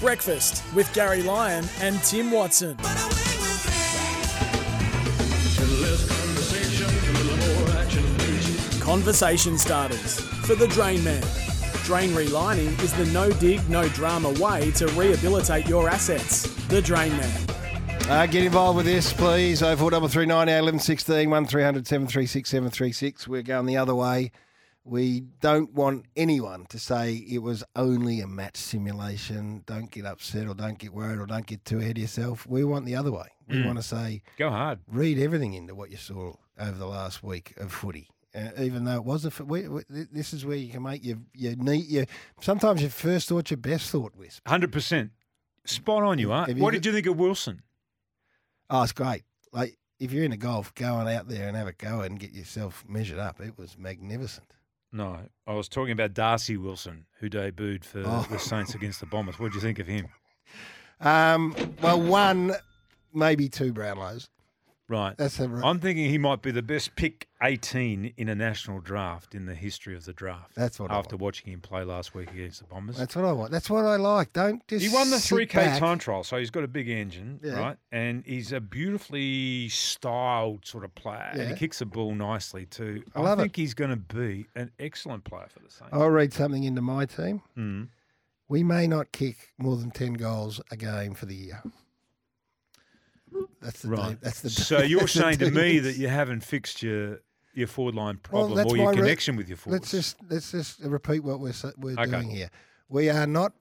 Breakfast with Gary Lyon and Tim Watson. Conversation starters for the Drain Man. Drain relining is the no dig, no drama way to rehabilitate your assets. The Drain Man. Uh, get involved with this, please. Oh, 0439 1116 1300 736 736. We're going the other way. We don't want anyone to say it was only a match simulation. Don't get upset or don't get worried or don't get too ahead of yourself. We want the other way. We want to say Go hard. read everything into what you saw over the last week of footy. Uh, even though it was a, f- we, we, th- this is where you can make your your neat your sometimes your first thought your best thought wisp. 100%. Spot on, you are. Have you What got- did you think of Wilson? Oh, it's great. Like if you're into golf, go on out there and have a go and get yourself measured up. It was magnificent. No, I was talking about Darcy Wilson, who debuted for Oh. the Saints against the Bombers. What did you think of him? Um, well, one, maybe two Brownlows. Right. That's a, I'm thinking he might be the best pick 18 in a national draft in the history of the draft. That's what I After want. watching him play last week against the Bombers. that's what I want. That's what I like. Don't just he won the sit 3K back. time trial, so he's got a big engine, Yeah. right? And he's a beautifully styled sort of player. And Yeah. he kicks the ball nicely, too. I love it. think he's going to be an excellent player for the Saints. I'll read something into my team. Mm. We may not kick more than ten goals a game for the year. That's the Right. Deep, that's the so you're that's the saying to deep. me that you haven't fixed your your forward line Well, problem that's or your my re- connection with your forwards. Let's just let's just repeat what we're s- we're Okay. doing here. We are not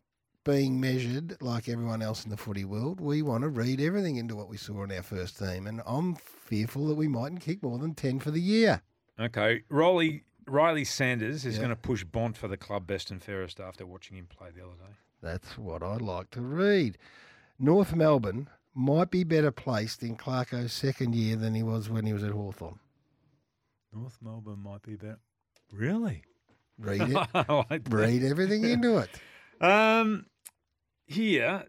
being measured like everyone else in the footy world. We want to read everything into what we saw in our first team, and I'm fearful that we mightn't kick more than ten for the year. Okay, Riley Riley Sanders is Yeah. going to push Bond for the club best and fairest after watching him play the other day. That's what I like to read. North Melbourne might be better placed in Clarko's second year than he was when he was at Hawthorn. North Melbourne might be better. Really? Read it. I like that. read everything into it. Um, here,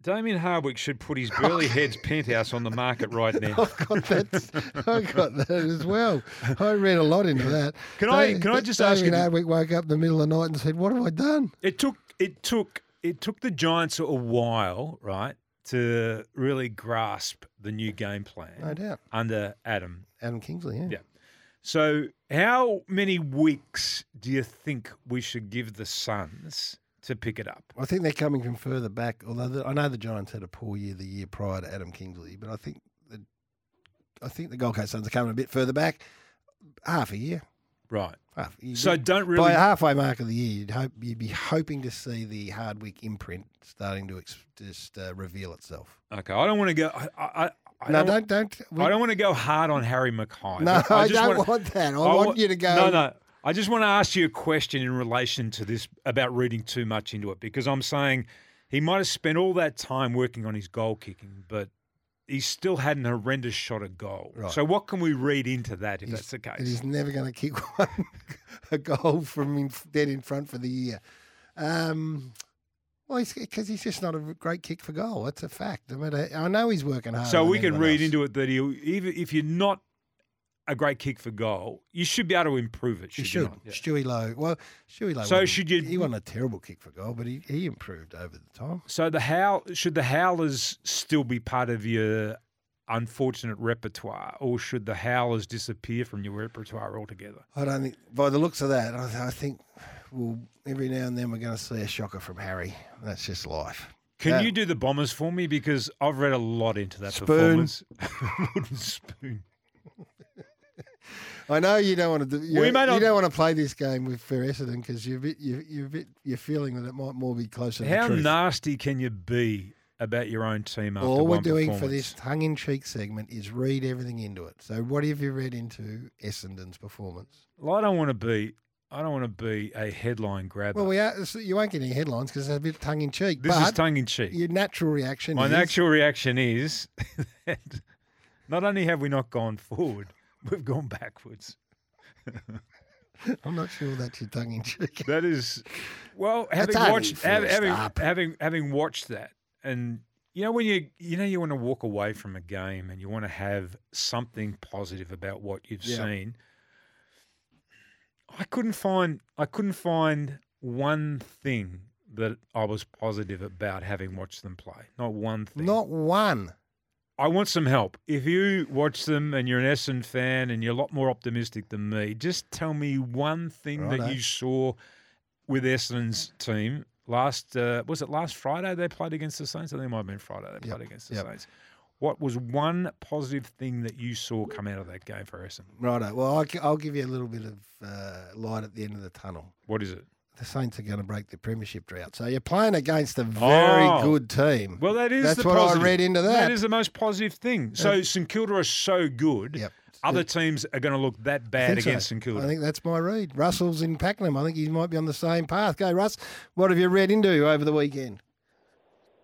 Damien Hardwick should put his burly head's penthouse on the market right now. I've got that. I've got that as well. I read a lot into that. Can I- David- can I just David ask you to- Hardwick woke up in the middle of the night and said, "What have I done?" It took it took it took the Giants a while, right, to really grasp the new game plan No doubt, under Adam. Adam Kingsley. Yeah. Yeah. So, how many weeks do you think we should give the Suns to pick it up? I think they're coming from further back. Although the, I know the Giants had a poor year the year prior to Adam Kingsley, but I think the I think the Gold Coast Suns are coming a bit further back, half a year. Right. Half, you So do- don't by really. halfway mark of the year, you'd hope you'd be hoping to see the Hardwick imprint starting to ex- just uh, reveal itself. Okay, I don't want to go. I, I, I no, don't, don't don't. we- I don't want to go hard on Harry Mackay. No, but I, just don't wanna- want that. I, I want wa- you to go. No, no. I just want to ask you a question in relation to this about reading too much into it because I'm saying he might have spent all that time working on his goal kicking, but he still had an horrendous shot at goal. Right. So what can we read into that if He's- that's the case? and He's never going to kick one a goal from in, dead in front for the year. Um, well, because he's, 'cause he's just not a great kick for goal. That's a fact. I mean, I, I know he's working hard. So we can read into it that he, even if you're not a great kick for goal, you should be able to improve it. Should You you, should. not? Yeah. Stewie Lowe. Well, Stewie Lowe. So wasn't- should you- He wasn't a terrible kick for goal, but he, he improved over the time. So the howl should the howlers still be part of your unfortunate repertoire, or should the howlers disappear from your repertoire altogether? I don't think, by the looks of that, I, I think we'll, every now and then we're going to see a shocker from Harry. That's just life. Can Yeah. you do the bombers for me? Because I've read a lot into that Spoon. performance. Wooden spoon. I know you don't want to. Do, you, We may you not- don't want to play this game with for Essendon because you're a bit, you, you're a bit, you're feeling that it might more be closer. to How the truth. nasty can you be about your own team after All we're one doing for performance? this tongue-in-cheek segment is read everything into it. So, what have you read into Essendon's performance? Well, I don't want to be. I don't want to be a headline grabber. Well, we are, so you won't get any headlines because it's a bit tongue-in-cheek. this but is tongue in cheek. your natural reaction. My is, actual reaction is that not only have we not gone forward, we've gone backwards. I'm not sure that's your tongue-in-cheek. That is, well, That's having only watched fair, hav- having, stop. having having watched that, and you know when you you know you want to walk away from a game and you want to have something positive about what you've Yeah. seen. I couldn't find I couldn't find one thing that I was positive about having watched them play. Not one thing. Not one. I want some help. If you watch them and you're an Essendon fan and you're a lot more optimistic than me, just tell me one thing Righto. that you saw with Essendon's team last. Uh, was it last Friday they played against the Saints? I think it might have been Friday they Yep, played against the yep. Saints. What was one positive thing that you saw come out of that game for Essendon? Righto. Well, I'll, gi- I'll give you a little bit of uh, light at the end of the tunnel. What is it? The Saints are going to break the premiership drought. So you're playing against a very Oh. good team. Well, that is That's the what positive. I read into that. That is the most positive thing. So St Kilda are so good. Yep. Other teams are going to look that I bad think so. against St Kilda. I think that's my read. Russell's in Pakenham. I think he might be on the same path. Go, Russ. What have you read into over the weekend?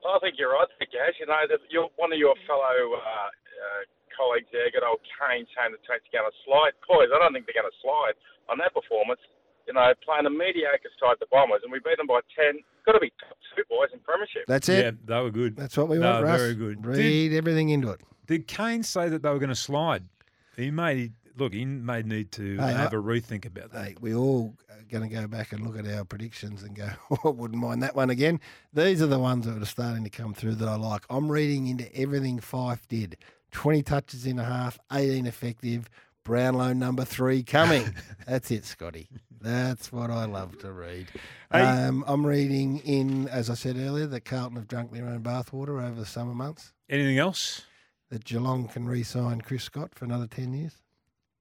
I think you're right, there, Gash. You know, that your one of your fellow uh, uh, colleagues there, good old Kane, saying the Saints are going to slide. Boys, I don't think they're going to slide on that performance. You know, playing a mediocre side to Bombers, and we beat them by 10. Got to be top two, boys, in Premiership. That's it. yeah, they were good. That's what we want, No, Russ. Very good. Read Did- everything into it. Did Kane say that they were going to slide? He may look. He may need to Hey, have I- a rethink about that. Hey, we all are going to go back and look at our predictions and go, oh, I wouldn't mind that one again. These are the ones that are starting to come through that I like. I'm reading into everything Fife did 20 touches in a half, 18 effective, Brownlow number three coming. That's it, Scotty. That's what I love to read. Hey- Um, I'm reading in, as I said earlier, that Carlton have drunk their own bathwater over the summer months, Anything else? that Geelong can re sign Chris Scott for another 10 years.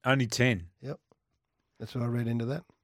Only ten. That's what I read into that.